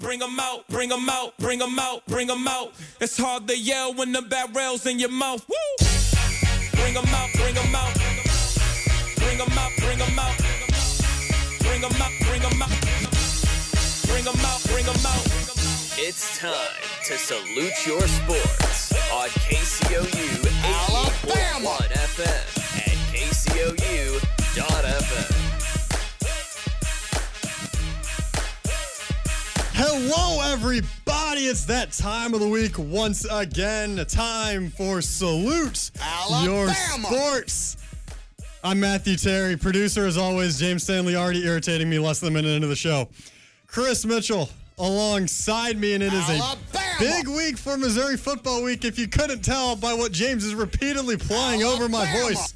Bring 'em out, bring 'em out, bring 'em out, bring 'em out. It's hard to yell when the barrel's in your mouth. Woo! Bring 'em out, bring 'em out. Bring 'em out, bring 'em out. Bring 'em out, bring 'em out. Bring 'em out, bring 'em out. It's time to salute your sports on KCOU Alabama FM at KCOU.FM. Hello, everybody. It's that time of the week once again. A time for Salute Your Sports. I'm Matthew Terry, producer as always. James Stanley already irritating me less than a minute into the show. Chris Mitchell alongside me, and it is a big week for Missouri Football Week. If you couldn't tell by what James is repeatedly playing over my voice,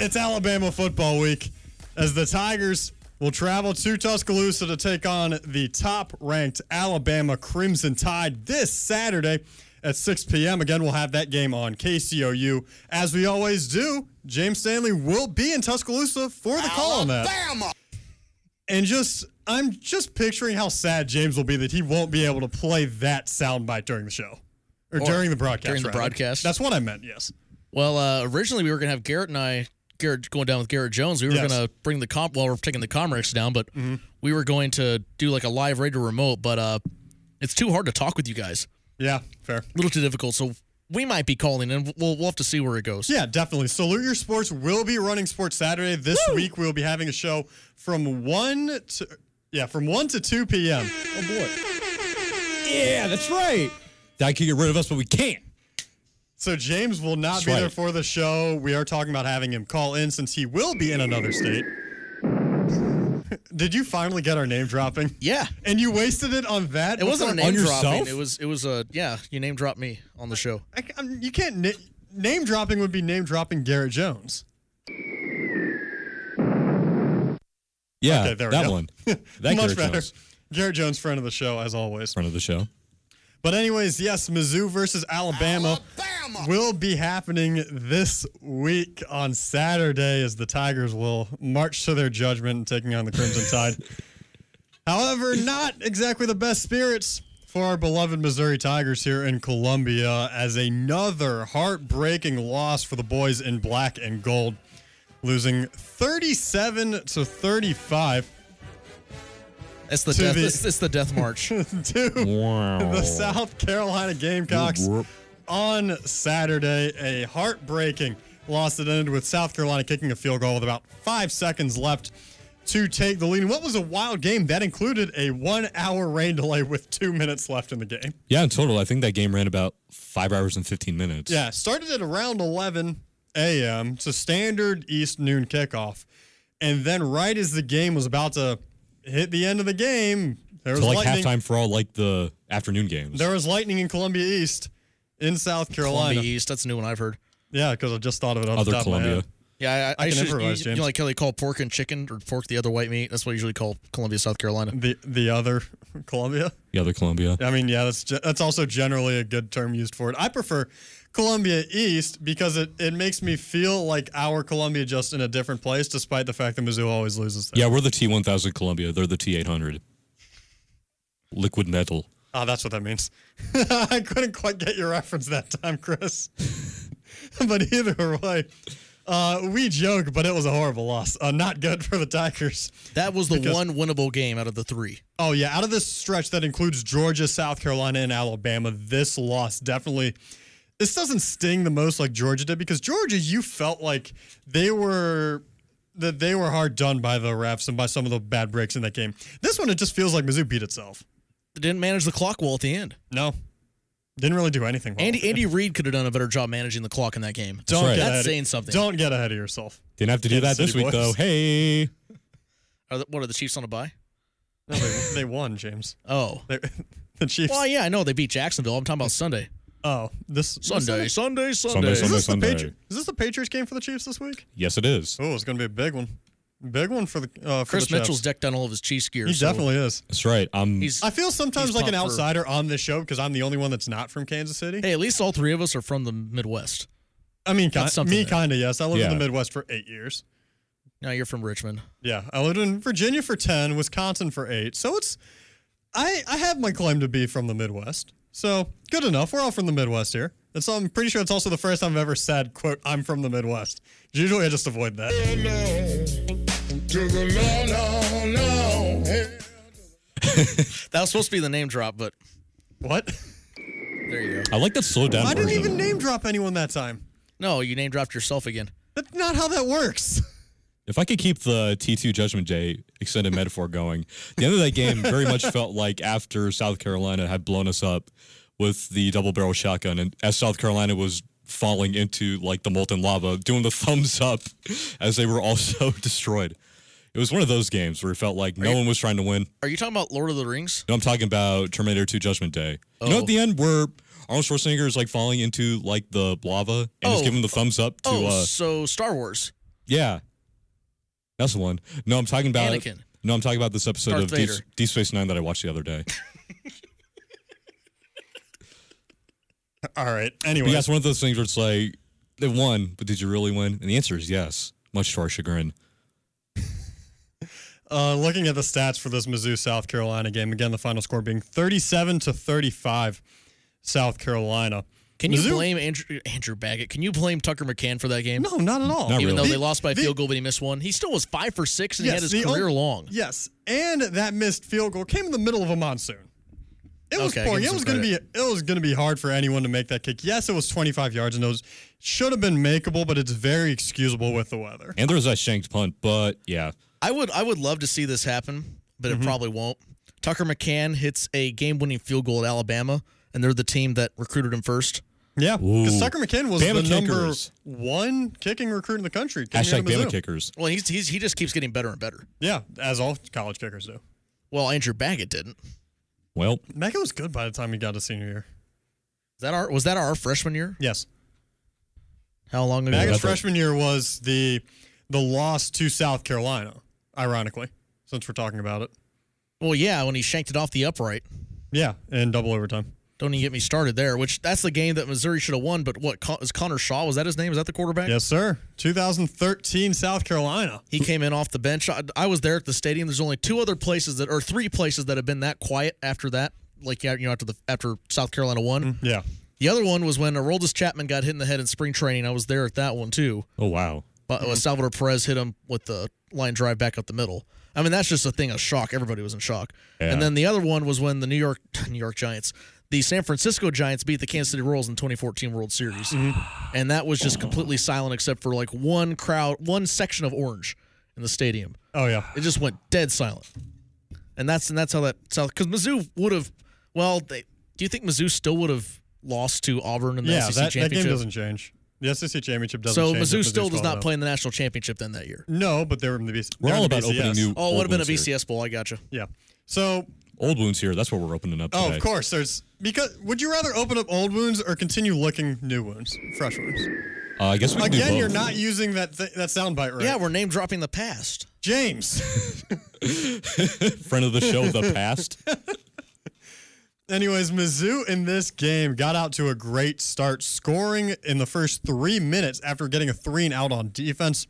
it's Alabama Football Week as the Tigers will travel to Tuscaloosa to take on the top ranked Alabama Crimson Tide this Saturday at 6 p.m. Again, we'll have that game on KCOU. As we always do, James Stanley will be in Tuscaloosa for the call on that. And just, I'm just picturing how sad James will be that he won't be able to play that soundbite during the show. Or, during the broadcast. during the rather. broadcast. That's what I meant, yes. Well, uh, originally we were gonna have Garrett and I, Garrett going down with Garrett Jones. We were Yes. Mm-hmm. gonna bring the comp while we're taking the Comrex down, but we were going to do like a live radio remote. But uh, it's too hard to talk with you guys. Yeah, fair. A little too difficult. So we might be calling, and we'll we'll have to see where it goes. Yeah, definitely. Salute Your Sports will be running Sports Saturday this week. We'll be having a show from one to yeah, from one to two p.m. Oh boy. Yeah, that's right. Dad could get rid of us, but we can't. So James will not That's be there right. for the show. We are talking about having him call in since he will be in another state. Did you finally get our name dropping? Yeah. And you wasted it on that. It wasn't a before- name on dropping. yourself? It was it was a yeah. You name dropped me on the show. I, I'm- you can't na- name dropping would be name dropping Garrett Jones. Yeah, Okay, there we Uh, that go. one. That Much Garrett better. Jones. Garrett Jones, friend of the show, as always. Front of the show. But anyways, yes, Mizzou versus Alabama, will be happening this week on Saturday as the Tigers will march to their judgment and taking on the Crimson Tide. However, not exactly the best spirits for our beloved Missouri Tigers here in Columbia as another heartbreaking loss for the boys in black and gold, losing 37 to 35 It's the To death. the- it's, it's the death march. to the South Carolina Gamecocks on Saturday. A heartbreaking loss that ended with South Carolina kicking a field goal with about five seconds left to take the lead. And what was a wild game that included a one hour rain delay with two minutes left in the game. Yeah, in total, I think that game ran about five hours and 15 minutes. Yeah, started at around 11 a.m. It's a standard East noon kickoff. And then right as the game was about to hit the end of the game, there was So, like lightning. halftime for all like the afternoon games. There was lightning in Columbia East in South Carolina. Columbia East. That's a new one I've heard. Yeah, because I just thought of it off Other the top of my Columbia. head. Yeah, I, I, I can should, improvise, you, James. you know, like how they call pork and chicken or pork the other white meat. That's what I usually call Columbia, South Carolina. The the other Columbia. The other Columbia. I mean, yeah, that's ge- that's also generally a good term used for it. I prefer Columbia East because it, it makes me feel like our Columbia just in a different place, despite the fact that Mizzou always loses. There. Yeah, we're the T1000 Columbia. They're the T800. Liquid metal. Oh, that's what that means. I couldn't quite get your reference that time, Chris. but either way, uh, we joke, but it was a horrible loss. Uh, not good for the Tigers. That was the Because- one winnable game out of the three. Oh yeah, out of this stretch that includes Georgia, South Carolina, and Alabama, this loss definitely this doesn't sting the most like Georgia did because Georgia, you felt like they were that they were hard done by the refs and by some of the bad breaks in that game. This one, it just feels like Mizzou beat itself. They didn't manage the clock well at the end. No, didn't really do anything. Wrong. Andy Andy Reid could have done a better job managing the clock in that game. don't right. get That's ahead saying of, something. Don't get ahead of yourself. Didn't have to do Kansas that this City week, boys. though. Hey. Are the, what are the Chiefs on a bye? No, they, they won, James. Oh, They, the Chiefs. well, yeah, I know they beat Jacksonville. I'm talking about Sunday, Oh, this Sunday, Sunday, Sunday. Sunday, Is Sunday. this the Patri- Is this the Patriots game for the Chiefs this week? Yes, it is. Oh, it's going to be a big one. Big one for the uh, for Chris the Chiefs. Mitchell's decked on all of his Chiefs gear. He so definitely is. That's right. Um, I'm He's. I feel sometimes he's like an pumped for- outsider on this show because I'm the only one that's not from Kansas City. hey, at least all three of us are from the Midwest. I mean, got ki- something me there. kind of yes. I lived in Yeah. the Midwest for eight years. Now you're from Richmond. Yeah, I lived in Virginia for ten, Wisconsin for eight. So it's I, I have my claim to be from the Midwest. So good enough. We're all from the Midwest here. It's, I'm pretty sure it's also the first time I've ever said, quote, I'm from the Midwest. Usually I just avoid that. That was supposed to be the name drop, but What? there you go. I like that slow down I didn't version. even name drop anyone that time. No, you name dropped yourself again. That's not how that works. If I could keep the T2 Judgment Day extended metaphor going, the end of that game very much felt like after South Carolina had blown us up with the double barrel shotgun, and as South Carolina was falling into like the molten lava, doing the thumbs up as they were also destroyed. It was one of those games where it felt like no one was trying to win. Are you talking about Lord of the Rings? No, I'm talking about Terminator 2 Judgment Day. You know, Oh. at the end where Arnold Schwarzenegger is like falling into like the lava and he's Oh. giving the thumbs up to, oh, uh, so Star Wars. yeah. That's the one. No, I'm talking about Anakin. No, I'm talking about this episode Darth of Deep, Vader. Deep Space Nine that I watched the other day. All right. But Anyway, yeah, it's one of those things where it's like they won, but did you really win? And the answer is yes, much to our chagrin. uh, looking at the stats for this Mizzou South Carolina game, again, the final score being 37 to 35 South Carolina. Can you Mizzou- blame Andrew, Andrew Baggett? Can you blame Tucker McCann for that game? No, not at all. Not Even really. though The- they lost by a Oh, the- field goal, but he missed one, he still was five for six, and he had the his career on- long. Yes, and that missed field goal came in the middle of a monsoon. It was Okay, I pouring. give It him was some going to be it was going to be hard for anyone to make that kick. Yes, it was 25 yards, and those should have been makeable, but it's very excusable with the weather. And there was that shanked punt, but yeah, I would, I would love to see this happen, but Mm-hmm. it probably won't. Tucker McCann hits a game-winning field goal at Alabama, and they're the team that recruited him first. Yeah, because Ooh. Tucker McKinn was Bama the number kickers. one kicking recruit in the country. coming out hashtag of Bama Mizzou. kickers. Well, he's, he's he just keeps getting better and better. Yeah, as all college kickers do. Well, Andrew Baggett didn't. Well, Mecca was good by the time he got to senior year. Is that our was that our freshman year? Yes, How long ago? Maggot's that's right. freshman year was the the loss to South Carolina. Ironically, since we're talking about it, Well, yeah, when he shanked it off the upright. yeah, in double overtime. Don't even get me started there. Which that's the game that Missouri should have won. But what Con- is Connor Shaw? Was that his name? Is that the quarterback? Yes, sir. 2013 South Carolina. He came in off the bench. I, I was there at the stadium. There's only two other places that, or three places that have been that quiet after that. Like yeah, you know, after the after South Carolina won. Yeah. The other one was when Aroldis Chapman got hit in the head in spring training. I was there at that one too. oh wow, But uh, Salvador Perez hit him with the line drive back up the middle. I mean, that's just a thing of shock. Everybody was in shock. Yeah. And then the other one was when the New York New York Giants, the San Francisco Giants beat the Kansas City Royals in 2014 World Series, and that was just completely silent except for like one crowd, one section of orange in the stadium. Oh yeah. It just went dead silent. And that's and that's how that South because Mizzou would have. Well, they, do you think Mizzou still would have lost to Auburn in the Yeah, SEC that, that championship? game doesn't change. The SEC championship doesn't so change. if Mizzou still Mizzou's Mm-hmm. does falling not out. play in the national championship then that year. No, but they were in the BC. we're they're all in the about opening BCS. new. Oh, it would old have been a wounds here. BCS bowl. I gotcha. Yeah. So, Old wounds here. That's what we're opening up. oh, today. of course, there's because would you rather open up old wounds or continue licking new wounds, fresh wounds? Uh, I guess we can do Again, both. you're not using that th- that soundbite right. Yeah, we're name dropping the past. James. friend of the show, the past. Anyways, Mizzou in this game got out to a great start, scoring in the first three minutes after getting a three and out on defense.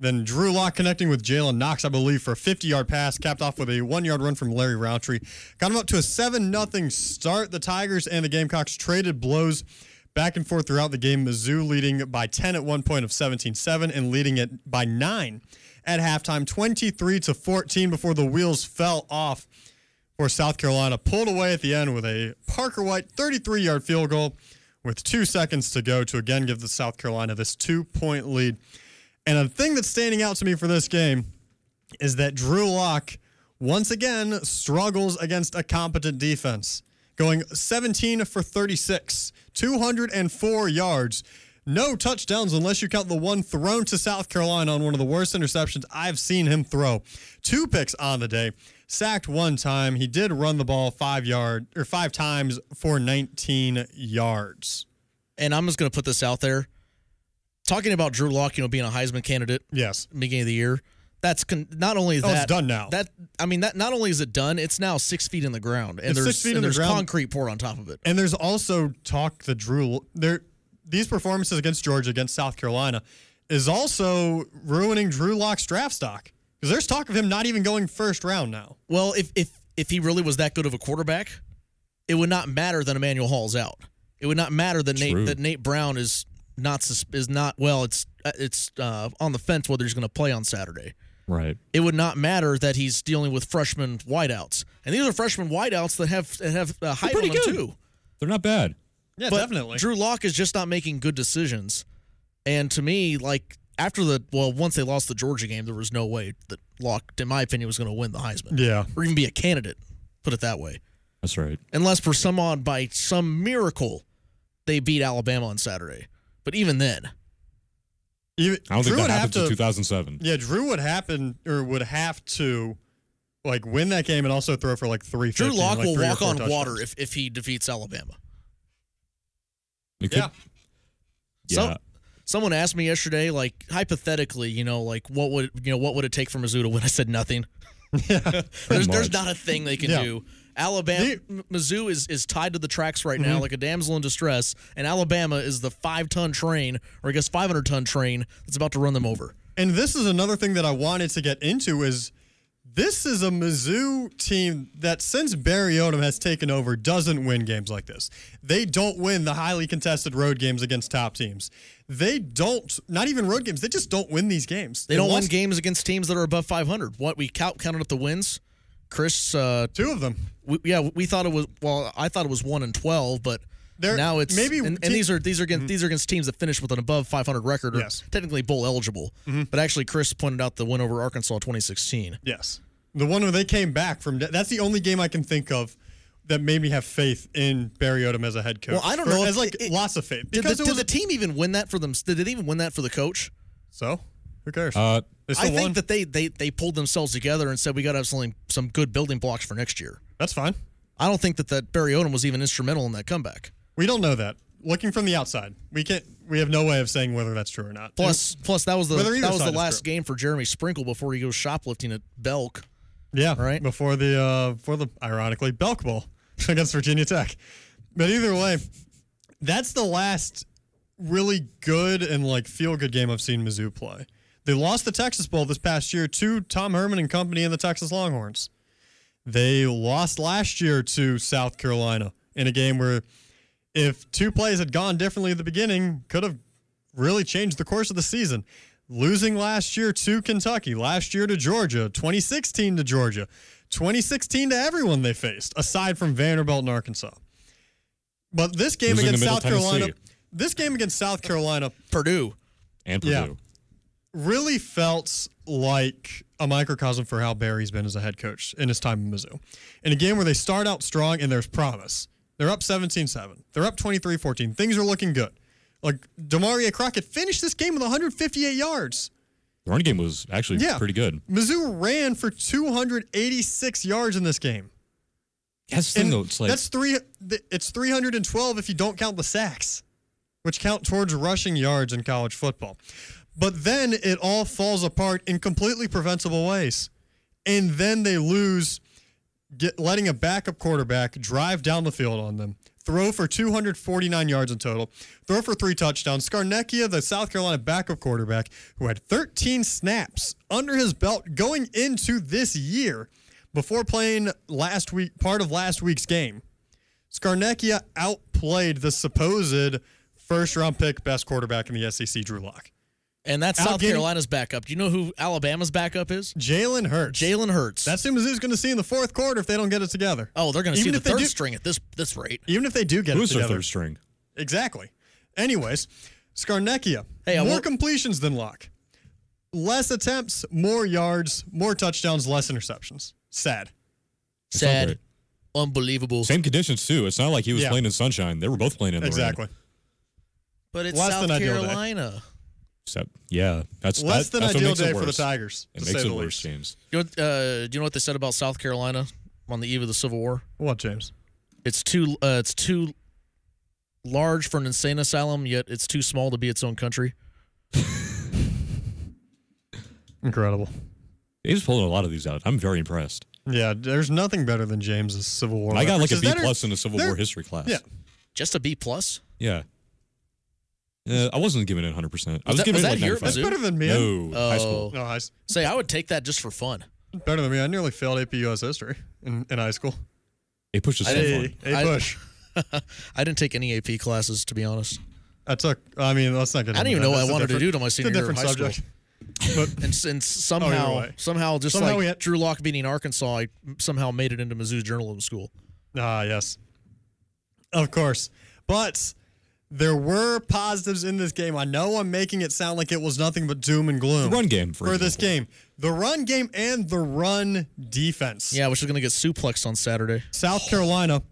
Then Drew Lock connecting with Jalen Knox, I believe, for a 50 yard pass, capped off with a one yard run from Larry Roundtree. Got him up to a 7 0 start. The Tigers and the Gamecocks traded blows back and forth throughout the game. Mizzou leading by 10 at one point of 17 7 and leading it by 9 at halftime, 23 to 14 before the wheels fell off for South Carolina pulled away at the end with a Parker White 33 yard field goal with two seconds to go to again give the South Carolina this two point lead. And a thing that's standing out to me for this game is that Drew Locke once again struggles against a competent defense, going 17 for 36, 204 yards. No touchdowns unless you count the one thrown to South Carolina on one of the worst interceptions I've seen him throw. Two picks on the day, sacked one time. He did run the ball 5 yard or 5 times for 19 yards. And I'm just gonna put this out there. Talking about Drew Lock, you know, being a Heisman candidate Yes. beginning of the year. That's con- not only is Oh, that it's done now. That I mean, that not only is it done, it's now six feet in the ground, and It's six there's feet and in the there's ground. concrete poured on top of it. And there's also talk the Drew there these performances against Georgia against South Carolina is also ruining Drew Locke's draft stock because there's talk of him not even going first round now. Well, if if if he really was that good of a quarterback, it would not matter that Emmanuel Hall's out. It would not matter that True. Nate that Nate Brown is not sus- is not well. It's uh, it's uh, on the fence whether he's going to play on Saturday. Right. It would not matter that he's dealing with freshman wideouts, and these are freshman wideouts that have that have uh, height on pretty them good. too. They're not bad. Yeah, But definitely. Drew Lock is just not making good decisions. And to me, like after the well, once they lost the Georgia game, there was no way that Locke, in my opinion, was going to win the Heisman yeah. or even be a candidate. Put it that way, That's right. unless for some odd by some miracle they beat Alabama on Saturday. But even then, Even, I don't Drew think would that have happened to. until 2007. yeah, Drew would happen or would have to like win that game and also throw for like three. Drew Lock will walk on water if, if he defeats Alabama. It could- yeah, Some- yeah. someone asked me yesterday, like hypothetically, you know, like what would you know what would it take for Mizzou to win? I said nothing. there's, there's much. not a thing they can Yeah. do. Alabama, They- M- Mizzou is is tied to the tracks right Mm-hmm. now, like a damsel in distress, and Alabama is the five ton train, or I guess five hundred ton train that's about to run them over. and this is another thing that I wanted to get into is this is a Mizzou team that since Barry Odom has taken over doesn't win games like this. They don't win the highly contested road games against top teams. They don't, not even road games. They just don't win these games. They don't win lost games against teams that are above five hundred. What we count counted up the wins, Chris. Uh, Two of them. we, yeah, we thought it was well. I thought it was one and twelve, but There- now it's maybe maybe. And, and te- Mm-hmm. these are these are against, these are against teams that finish with an above 500 record or Yes. Mm-hmm. technically bowl eligible. But actually, Chris pointed out the win over Arkansas 2016. Yes. The one where they came back from. That's the only game I can think of that made me have faith in Barry Odom as a head coach. Well, I don't Or know if As like it- it- lots of faith. Did the, Because it did was the a- team even win that for them? Did they even win that for the coach? so who cares? Uh, they still I think won. that they, they they pulled themselves together and said we got to have something some good building blocks for next year. that's fine. I don't think that that Barry Odom was even instrumental in that comeback. We don't know that. Looking from the outside, we can't. We have no way of saying whether that's true or not. Plus, plus that was the Whether either that was side the is last true. game for Jeremy Sprinkle before he goes shoplifting at Belk. And- yeah, right. before the uh, before the ironically Belk Bowl against Virginia Tech. But either way, that's the last really good and like feel good game I've seen Mizzou play. They lost the Texas Bowl this past year to Tom Herman and company and the Texas Longhorns. They lost last year to South Carolina in a game where if two plays had gone differently at the beginning, could have really changed the course of the season. Losing last year to Kentucky, last year to Georgia, 2016 to Georgia, 2016 to everyone they faced, aside from Vanderbilt and Arkansas. But this game Losing to against Middle South Carolina, Tennessee. this game against South Carolina Purdue. and Purdue. Yeah. really felt like a microcosm for how Barry's been as a head coach in his time in Mizzou. In a game where they start out strong and there's promise. They're up 17-7. They're up 23-14. Things are looking good. Like Demaria Crockett finished this game with 158 yards. The run game was actually Yeah. pretty good. Mizzou ran for 286 yards in this game. That's the And thing, though. It's like, that's three. th- It's 312 if you don't count the sacks, which count towards rushing yards in college football. But then it all falls apart in completely preventable ways, and then they lose, get, letting a backup quarterback drive down the field on them, throw for 249 yards in total, throw for three touchdowns. Scarnecchia, the South Carolina backup quarterback, who had 13 snaps under his belt going into this year before playing last week part of last week's game, Scarnecchia outplayed the supposed first round pick best quarterback in the SEC, Drew Lock. And that's South Allegheny- Carolina's backup. Do you know who Alabama's backup is? Jalen Hurts. Jalen Hurts. That's who Mizzou's going to see in the fourth quarter if they don't get it together. oh, they're going to see Even the if they third do- string at this this rate. Even if they do get who's it their together. third string? Exactly. Anyways, Scarnecchia. Hey, I more will- completions than Locke. Less attempts, more yards, more touchdowns, less interceptions. Sad. not Sad, great. unbelievable. Same conditions, too. It's not like he was Yeah. playing in sunshine. They were both playing in the rain. Exactly. But it's Less South than ideal day. Carolina. Except, yeah. That's, Less that- than that's what ideal makes it day for the worse. Tigers. It to makes say it the worse, least. James. You know, what, uh, do you know what they said about South Carolina on the eve of the Civil War? What, James? It's too uh, it's too large for an insane asylum, yet it's too small to be its own country. Incredible. He's pulling a lot of these out. I'm very impressed. Yeah, there's nothing better than James's Civil War. I got like a references. B That are- plus in the Civil they're- War history class. Yeah, Just a B plus. Yeah. Uh, I wasn't giving it 100%. I was that- Oh. giving it was that like your- 95. that's better than me. No, high school. No, I s- Say, I would take that just for fun. Better than me. I nearly failed AP US history in, in high school. It pushes so fun. Hey, hey I- Bush. I didn't take any AP classes to be honest. I took. I mean, let's not get. I didn't even into that. know what That's I a wanted to different- do till my It's a senior year of different high subject. school. But And since somehow way. somehow just Oh, Somehow like we had- Drew Locke beating Arkansas, I somehow made it into Mizzou journalism school. Ah, yes. Of course. But there were positives in this game. I know I'm making it sound like it was nothing but doom and gloom. The run game, for for this game. example. The run game and the run defense. Yeah, which is gonna get suplexed on Saturday. South Carolina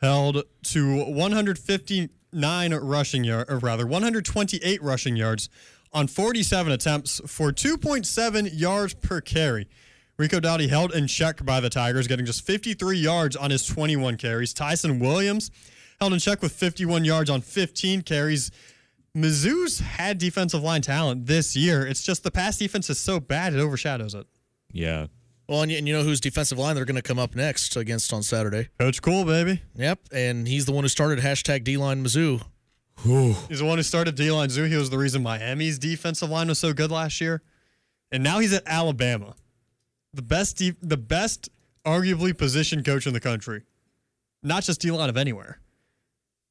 held to 159 rushing yard, or rather 128 rushing yards on 47 attempts for 2.7 yards per carry. Rico Dowdy held in check by the Tigers, getting just 53 yards on his 21 carries. Tyson Williams held in check with 51 yards on 15 carries. Mizzou's had defensive line talent this year. It's just the pass defense is so bad it overshadows it. Yeah. Well, and you, and you know whose defensive line they're gonna come up next against on Saturday. Coach Cool, baby. Yep, and he's the one who started hashtag D line Mizzou. He's the one who started D line zoo. He was the reason Miami's defensive line was so good last year, and now he's at Alabama, the best, def- the best, arguably position coach in the country, not just D line of anywhere,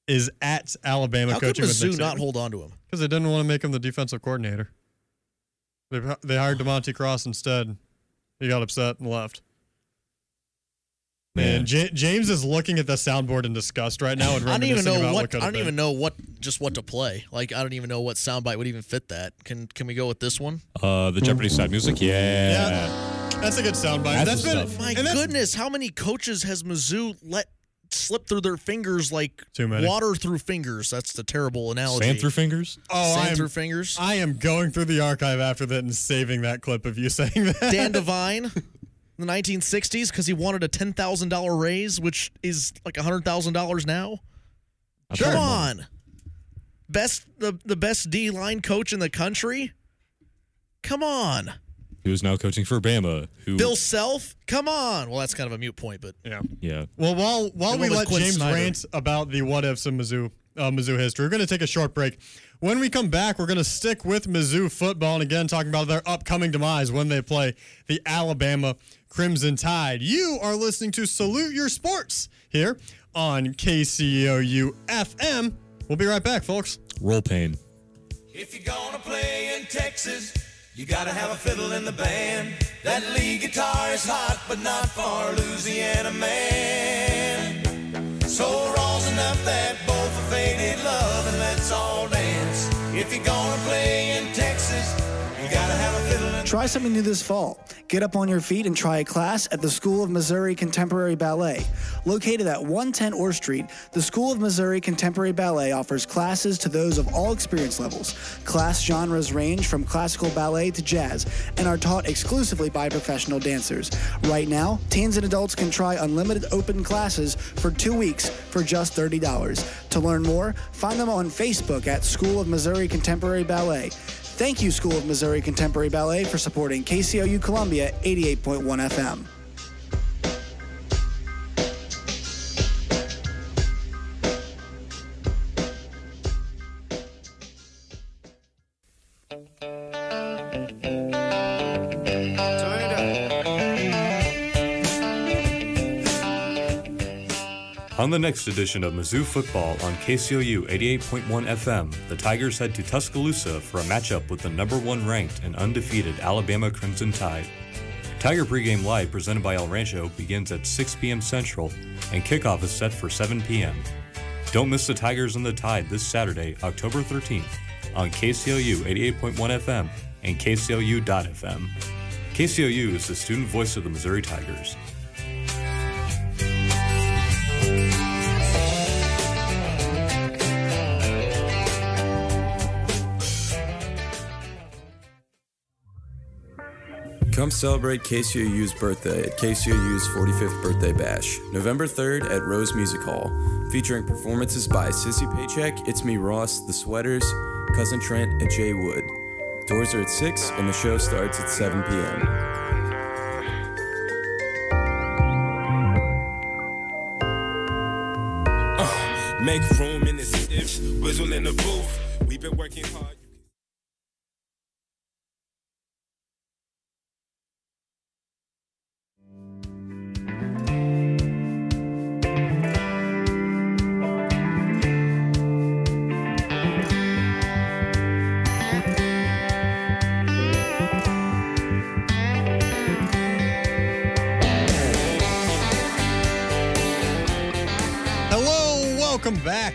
is at Alabama How could coaching with Nick Mizzou not Saban hold on to him? because they didn't want to make him the defensive coordinator. They they hired Demonte Cross instead. He got upset and left. Man. Man, Ja- James is looking at the soundboard in disgust right now and I don't even reminiscing know about what, what could I have don't been. even know what just what to play. Like I don't even know what soundbite would even fit that. Can can we go with this one? Uh, the Jeopardy side music. Yeah. That's a good soundbite. That's That's been what's up. My and that's- goodness, how many coaches has Mizzou let slip through their fingers like Too many. water through fingers? That's the terrible analogy. Sand through fingers. Oh, Sand I am, through fingers. I am going through the archive after that and saving that clip of you saying that. Dan Devine, in the 1960s, because he wanted a ten thousand dollar raise, which is like hundred thousand dollars now. That's Come pretty much- on, best the the best D line coach in the country. Come on, He was now coaching for Bama. Who? Bill Self. Come on. Well, that's kind of a mute point, but yeah. Yeah. Well, while while Come we on with let Quinn James Snyder. rant about the what ifs in Mizzou, uh, Mizzou history, we're going to take a short break. When we come back, we're going to stick with Mizzou football and again talking about their upcoming demise when they play the Alabama Crimson Tide. You are listening to Salute Your Sports here on KCOU FM. We'll be right back, folks. Roll pain. If you're gonna play in Texas, you gotta have a fiddle in the band. That lead guitar is hot, but not for a Louisiana man. So rosin up that bowl for faded love and let's all dance. If you're gonna play in Texas, you gotta have a fiddle in the Try something new this fall. Get up on your feet and try a class at the School of Missouri Contemporary Ballet. Located at 110 Orr Street, the School of Missouri Contemporary Ballet offers classes to those of all experience levels. Class genres range from classical ballet to jazz and are taught exclusively by professional dancers. Right now, teens and adults can try unlimited open classes for two weeks for just $30. To learn more, find them on Facebook at School of Missouri Contemporary Ballet. Thank you, School of Missouri Contemporary Ballet, for supporting KCOU Columbia 88.1 FM. On the next edition of Mizzou Football on KCOU 88.1 FM, the Tigers head to Tuscaloosa for a matchup with the number one ranked and undefeated Alabama Crimson Tide. Tiger Pregame Live presented by El Rancho begins at 6 p.m. Central, and kickoff is set for 7 p.m. Don't miss the Tigers and the Tide this Saturday, October 13th, on KCOU 88.1 FM and KCOU.FM. KCOU is the student voice of the Missouri Tigers. Come celebrate KCUU's birthday at KCUU's 45th Birthday Bash, November 3rd at Rose Music Hall, featuring performances by Sissy Paycheck, It's Me Ross, The Sweaters, Cousin Trent, and Jay Wood. Doors are at 6 and the show starts at 7 p.m. Make room in this if whistle in the booth. We've been working hard. welcome back.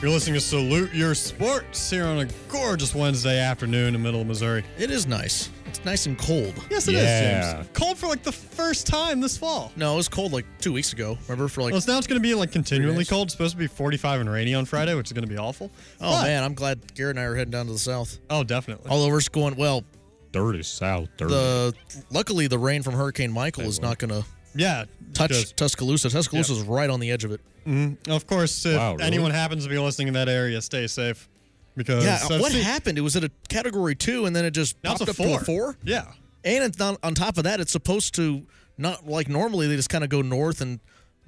You're listening to Salute Your Sports here on a gorgeous Wednesday afternoon in the middle of Missouri. It is nice. It's nice and cold. Yes, it is. Yeah. James. Cold for like the first time this fall. No, it was cold like two weeks ago. Remember for like. Well, it's now it's going to be like continually days. cold. It's supposed to be 45 and rainy on Friday, which is going to be awful. oh But- man, I'm glad Garrett and I are heading down to the south. Oh, definitely. Although we're just going well. Dirty South, dirty. The luckily the rain from Hurricane Michael is not going to yeah. touch because- Tuscaloosa. Tuscaloosa's right on the edge of it. Of course, if Wow, really? anyone happens to be listening in that area, stay safe. Because Yeah, I've what seen- happened? It was at a category two, and then it just Now it's popped a up four. to a four. Yeah. And it's not, on top of that, it's supposed to not like normally they just kind of go north, and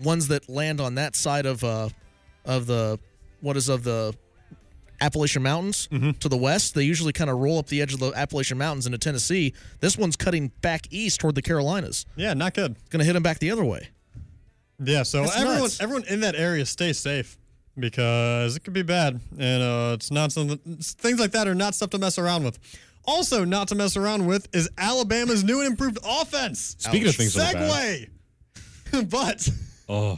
ones that land on that side of uh of the what is of the Appalachian Mountains to the west, they usually kind of roll up the edge of the Appalachian Mountains into Tennessee. This one's cutting back east toward the Carolinas. Yeah, not good. It's gonna hit them back the other way. Yeah, so That's everyone nuts. everyone in that area stay safe because it could be bad and uh, it's not something things like that are not stuff to mess around with. Also, not to mess around with is Alabama's new and improved offense. Speaking of things that are bad. Segway. but Oh,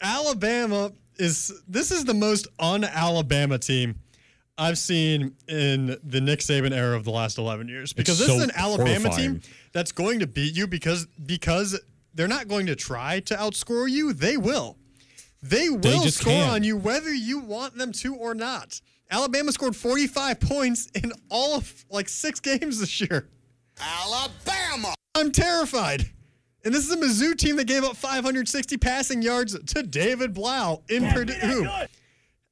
Alabama is this is the most un-Alabama team I've seen in the Nick Saban era of the last 11 years because this so is an Alabama team horrifying. that's going to beat you because because they're not going to try to outscore you, they will. They will just score can. on you whether you want them to or not. Alabama scored 45 points in all of like 6 games this year. Alabama. I'm terrified. And this is a Mizzou team that gave up 560 passing yards to David Blau in Purdue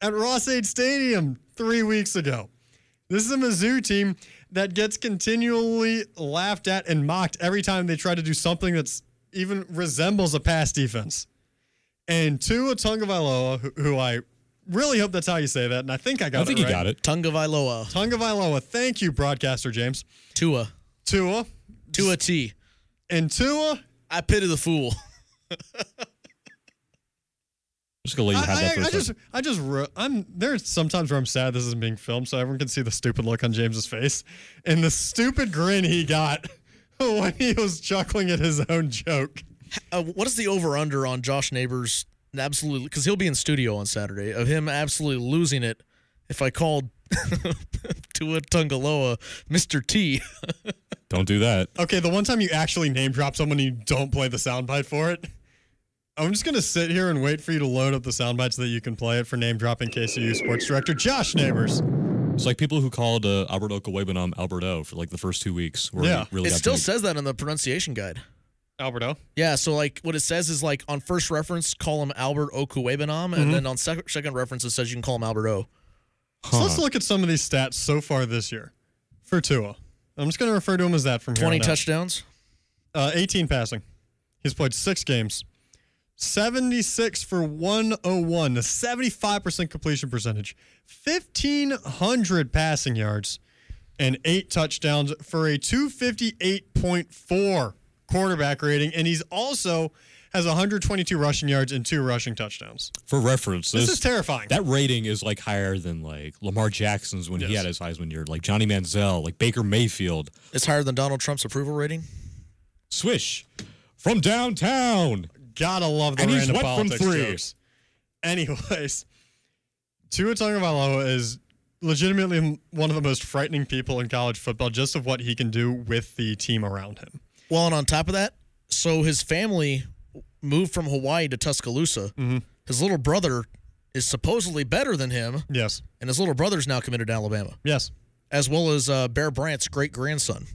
at Ross Aid Stadium three weeks ago. This is a Mizzou team that gets continually laughed at and mocked every time they try to do something that's even resembles a pass defense. And Tua Tungavailoa, who, who I really hope that's how you say that, and I think I got I think it you right. got it. Tunga Vailoa, Tungavailoa, thank you, broadcaster James. Tua, Tua Tua T. and Tua I pity the fool. Just gonna let you have I, that I, for I a just, second. I just, re- I'm there's sometimes where I'm sad this isn't being filmed, so everyone can see the stupid look on James's face and the stupid grin he got when he was chuckling at his own joke. Uh, what is the over under on Josh Neighbors? Absolutely, because he'll be in studio on Saturday of him absolutely losing it. If I called Tua Tungaloa, Mister T, Don't do that. Okay, the one time you actually name drop someone and you don't play the soundbite for it, I'm just gonna sit here and wait for you to load up the soundbite so that you can play it for name drop in KCU sports director Josh Neighbors. It's like people who called uh, Albert Okawebanam Alberto for like the first two weeks. Where Yeah. he really it got still big. says that in the pronunciation guide. Alberto. Yeah, so like what it says is like on first reference, call him Albert Okuwebanam, and then on sec- second reference, it says you can call him Albert O. So let's look at some of these stats so far this year for Tua. I'm just gonna refer to him as that from here Twenty on out. touchdowns. uh, 18 passing. He's played six games, 76 for 101, a 75% completion percentage, 1,500 passing yards, and eight touchdowns for a 258.4 quarterback rating. And he's also has 122 rushing yards and two rushing touchdowns. For reference, This, is terrifying. That rating is like higher than like Lamar Jackson's when he Yes. had his Heisman year, like Johnny Manziel, like Baker Mayfield. It's higher than Donald Trump's approval rating. Swish from downtown. Gotta love the And he's random wet from politics three. jokes. Anyways, Tua Tagovailoa is legitimately m- one of the most frightening people in college football, just of what he can do with the team around him. Well, and on top of that, so his family moved from Hawaii to Tuscaloosa. Mm-hmm. His little brother is supposedly better than him, Yes, and his little brother's now committed to Alabama, yes. as well as uh, Bear Bryant's great grandson.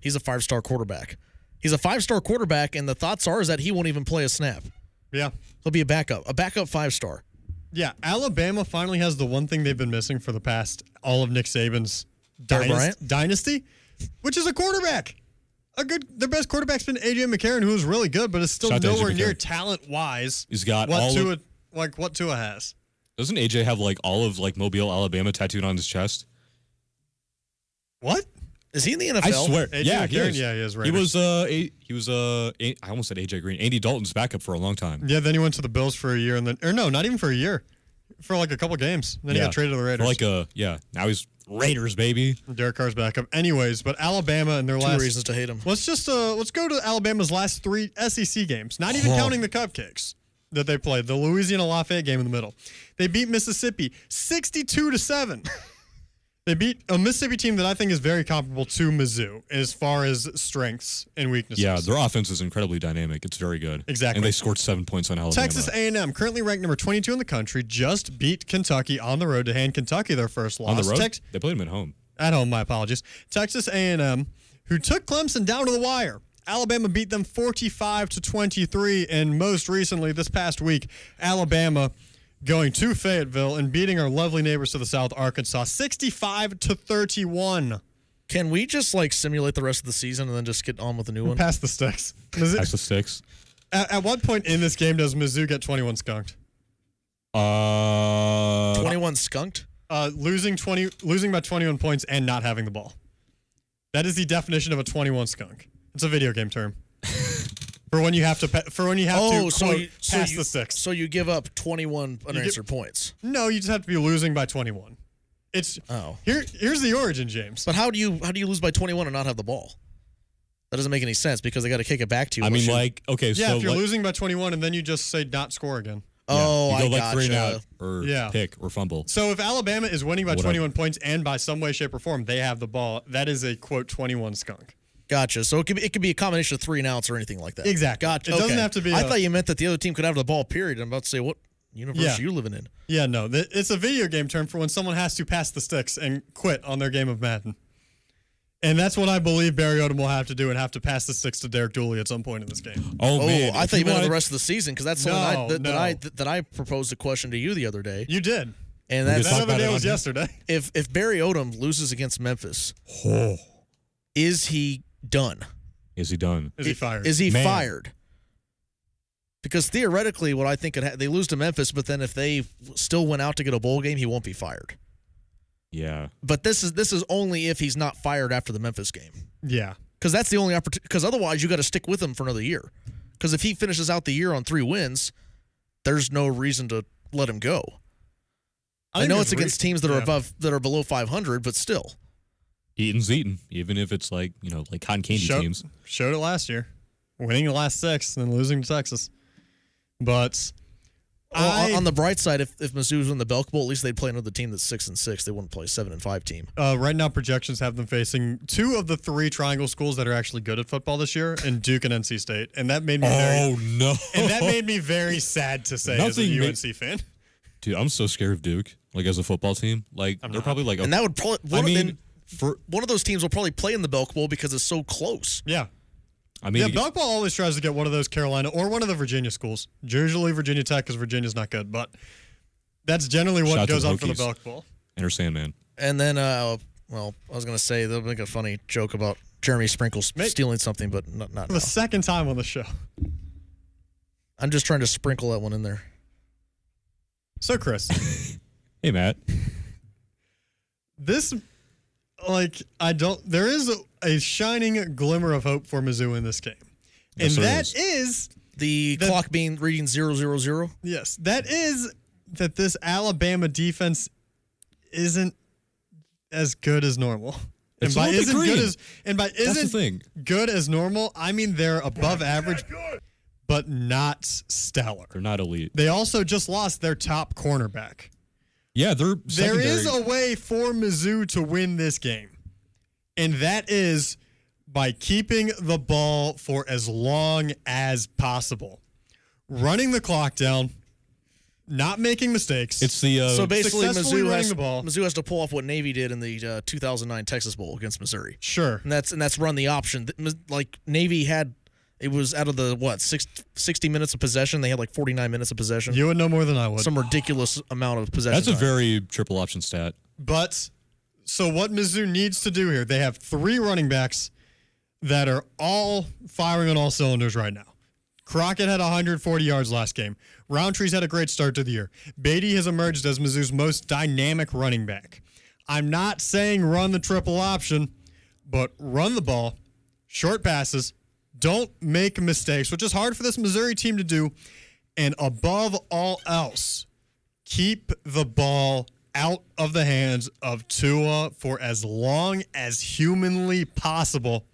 He's a five star quarterback. He's a five star quarterback, and the thoughts are is that he won't even play a snap. Yeah. He'll be a backup, a backup five star. Yeah. Alabama finally has the one thing they've been missing for the past all of Nick Saban's Bear dynasty, Bryant? dynasty which is a quarterback. A good, their best quarterback's been AJ McCarron, who is really good, but is still Shout out to A.J. nowhere near McCarron. talent wise. He's got what all Tua, of, like what Tua has. Doesn't AJ have like all of like Mobile, Alabama tattooed on his chest? What? Is he in the NFL? I swear. AJ yeah, he McCarron? is. Yeah, he is, He Raiders. was uh a, he was uh a, I almost said AJ Green. Andy Dalton's backup for a long time. Yeah, then he went to the Bills for a year, and then or no, not even for a year, for like a couple games. Then he Yeah. got traded to the For, Raiders. Like a yeah. Now he's Raiders, baby. Derek Carr's backup. Anyways, but Alabama and their Two last reasons to hate him. Let's just uh let's go to Alabama's last three SEC games, not even Oh. counting the cupcakes. that they played, the Louisiana Lafayette game in the middle. They beat Mississippi 62 to 7. They beat a Mississippi team that I think is very comparable to Mizzou as far as strengths and weaknesses. Yeah, their offense is incredibly dynamic. It's very good. Exactly. And they scored seven points on Alabama. Texas A&M, currently ranked number 22 in the country, just beat Kentucky on the road to hand Kentucky their first loss. on the road. Tex- they played them at home. at home, my apologies. Texas A&M, who took Clemson down to the wire. Alabama beat them 45 to 23 and most recently this past week, Alabama going to Fayetteville and beating our lovely neighbors to the south, Arkansas 65 to 31. Can we just like simulate the rest of the season and then just get on with a new one? Pass the sticks. Mizzou- Texas six. at, at what point in this game does Mizzou get 21 skunked? Uh, 21 skunked? Uh, losing 20 losing by 21 points and not having the ball. That is the definition of a 21 skunk. It's a video game term. for when you have to pe- for when you have Oh, to so quote, you, so pass you, the six. So you give up 21 unanswered points. no, you just have to be losing by 21. It's Oh. Here here's the origin, James. But how do you how do you lose by 21 and not have the ball? That doesn't make any sense because they got to kick it back to you. I mean, unless you- like okay, yeah, so if you're like, losing by 21 and then you just say not score again. yeah, oh, you go I like gotcha. three and out or Yeah. pick or fumble. So if Alabama is winning by Whatever. 21 points and by some way shape or form they have the ball, that is a quote 21 skunk. Gotcha. So it could be it could be a combination of three and outs or anything like that. Exactly. Gotcha. It doesn't Okay. have to be I a- thought you meant that the other team could have the ball. Period. I'm about to say what universe Yeah. are you living in? Yeah, no, th- it's a video game term for when someone has to pass the sticks and quit on their game of Madden. And that's what I believe Barry Odom will have to do and have to pass the sticks to Derek Dooley at some point in this game. Oh, Oh, man, I if thought you meant wanted- the rest of the season because that's something No, I, that, no. that I that, that I proposed a question to you the other day, You did. and We that's That just talked other about day it was on here. yesterday. if if Barry Odom loses against Memphis, Oh. is he done? Is he done? Is he fired? Is he Man. fired? Because theoretically, what I think could ha- they lose to Memphis, but then if they still went out to get a bowl game, he won't be fired. Yeah. But this is this is only if he's not fired after the Memphis game, yeah. because that's the only opportunity. Because otherwise, you got to stick with him for another year. Because if he finishes out the year on three wins, there's no reason to let him go. I, think know there's it's re- against teams that are yeah. above that are below 500, but still, Eaton's eaten, even if it's like you know, like cotton candy Show- teams. Showed it last year, winning the last six and then losing to Texas. But Well, on- I- on the bright side, if if Mizzou's in the Belk Bowl, at least they'd play another team that's six and six. They wouldn't play a seven and five team. uh, right now projections have them facing two of the three triangle schools that are actually good at football this year, and Duke and NC State, and that made me very Oh no! and that made me very sad to say as a Nothing ma- UNC fan. Dude, I'm so scared of Duke. Like as a football team, like they're probably like. And that would probably I one, of, mean, and for one of those teams will probably play in the Belk Bowl because it's so close. Yeah. I mean, yeah, Belk Ball always tries to get one of those Carolina or one of the Virginia schools. Usually Virginia Tech because Virginia's not good, but that's generally what Shout out to goes the on for the Hokies. Belk Bowl. Enter Sandman. And then, uh, well, I was gonna say they'll make a funny joke about Jeremy Sprinkles stealing something, but not not. For now. the second time on the show. I'm just trying to sprinkle that one in there. So Chris, Hey Matt, this like I don't there is a, a shining glimmer of hope for Mizzou in this game. Yes, and there that is The, The- clock being reading zero zero zero. Yes, that is that this Alabama defense isn't as good as normal. It's and by not the isn't good green. as and by that's the isn't thing. good as normal, I mean they're above average but not stellar. They're not elite. They also just lost their top cornerback. Yeah, they're There is secondary- a way for Mizzou to win this game, and that is by keeping the ball for as long as possible, running the clock down, not making mistakes. It's the uh, so basically, successfully Mizzou running has, the ball. Mizzou has to pull off what Navy did in the uh, 2009 Texas Bowl against Missouri. sure. and that's and that's run the option. Th- mis- Like Navy had, it was out of the what six, 60 minutes of possession. They had like forty nine minutes of possession, You would know more than I would. some ridiculous amount of possession. that's a time. very triple option stat. But so what Mizzou needs to do here, they have three running backs that are all firing on all cylinders right now. Crockett had 140 yards last game. Roundtree's had a great start to the year. Beatty has emerged as Mizzou's most dynamic running back. I'm not saying run the triple option, but run the ball, short passes, don't make mistakes, which is hard for this Missouri team to do. And above all else, keep the ball out of the hands of Tua for as long as humanly possible.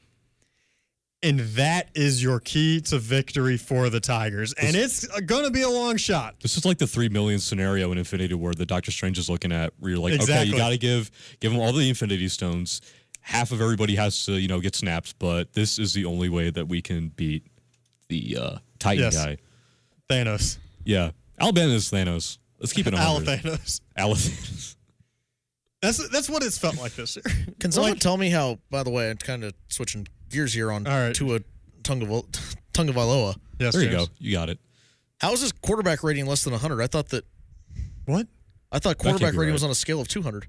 And that is your key to victory for the Tigers. And it's going to be a long shot. This is like the three million scenario in Infinity War that Doctor Strange is looking at, where you're like, okay, Exactly. you got to give give them all the Infinity Stones. Half of everybody has to, you know, get snapped, but this is the only way that we can beat the uh, Titan Yes. guy. Thanos. Yeah, Alabama is Thanos. Let's keep it on. Al Thanos. Alathanos. That's, that's what it's felt like this year. Can someone Like- tell me how? By the way, I'm kind of switching gears here on All right. to a tongue of tongue of Iloa. Yes, There you go. James. You got it. How is his quarterback rating less than 100? I thought that What? I thought quarterback be rating right. was on a scale of 200.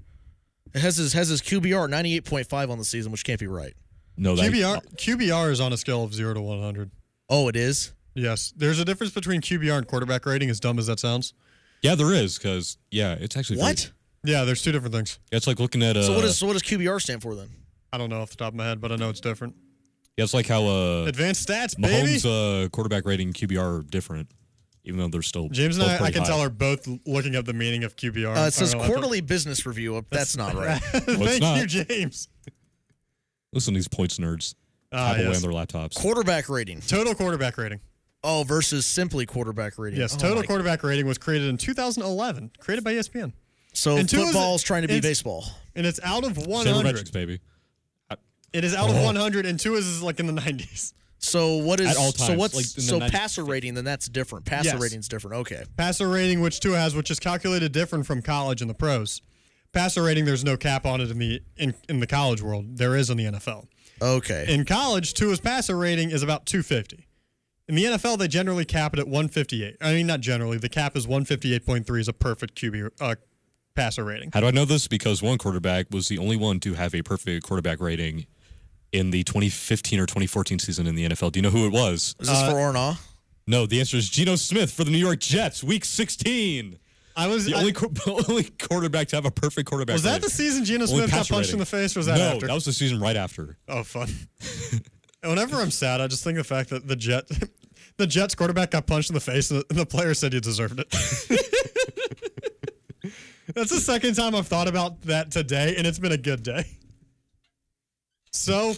It has his has his QBR 98.5 on the season, which can't be right. No, that QBR, QBR is on a scale of 0 to 100. Oh, it is. Yes. There's a difference between QBR and quarterback rating, as dumb as that sounds. Yeah, there is because yeah, it's actually very- What? Yeah, there's two different things. yeah, it's like looking at uh, a. so what uh, is so what does QBR stand for then? I don't know off the top of my head, but I know it's different. Yeah, it's like how uh, Advanced stats, baby. Mahomes uh, quarterback rating and QBR are different, even though they're still James and both I, I pretty can high. tell are both looking up the meaning of QBR. Uh, it says on our laptop. quarterly business review. Uh, That's not right. Thank not. you, James. Listen, to these points nerds Ah, type away yes. on their laptops. quarterback rating. Total quarterback rating. Oh, versus simply quarterback rating. Yes, Oh total my- quarterback rating was created in 2011, created by E ESPN, So and two is- football's trying to be it's- baseball. and it's out of Sabermetrics, 100. baby. It is out of 100, and two is, is like in the 90s. So what is At all so times, what's like in the so nineties- passer rating? Then that's different. Passer Yes. rating's different. Okay. Passer rating, which two has, which is calculated different from college and the pros. Passer rating, there's no cap on it in the in, in the college world. There is in the NFL. Okay. In college, Tua's passer rating is about 250. In the NFL, they generally cap it at 158. I mean, not generally. The cap is 158.3 is a perfect QB uh, passer rating. How do I know this? Because one quarterback was the only one to have a perfect quarterback rating in the 2015 or 2014 season in the NFL. Do you know who it was? is this for Ornaw? No, the answer is Geno Smith for the New York Jets, Week 16. I was The I- only qu- only quarterback to have a perfect quarterback. was that rating. the season Geno Only Smith got passer punched rating. in the face? Or was that no, after? that was the season right after. oh, fun. Whenever I'm sad, I just think the fact that the Jet, the Jets quarterback got punched in the face, and the, the player said you deserved it. That's the second time I've thought about that today, and it's been a good day. So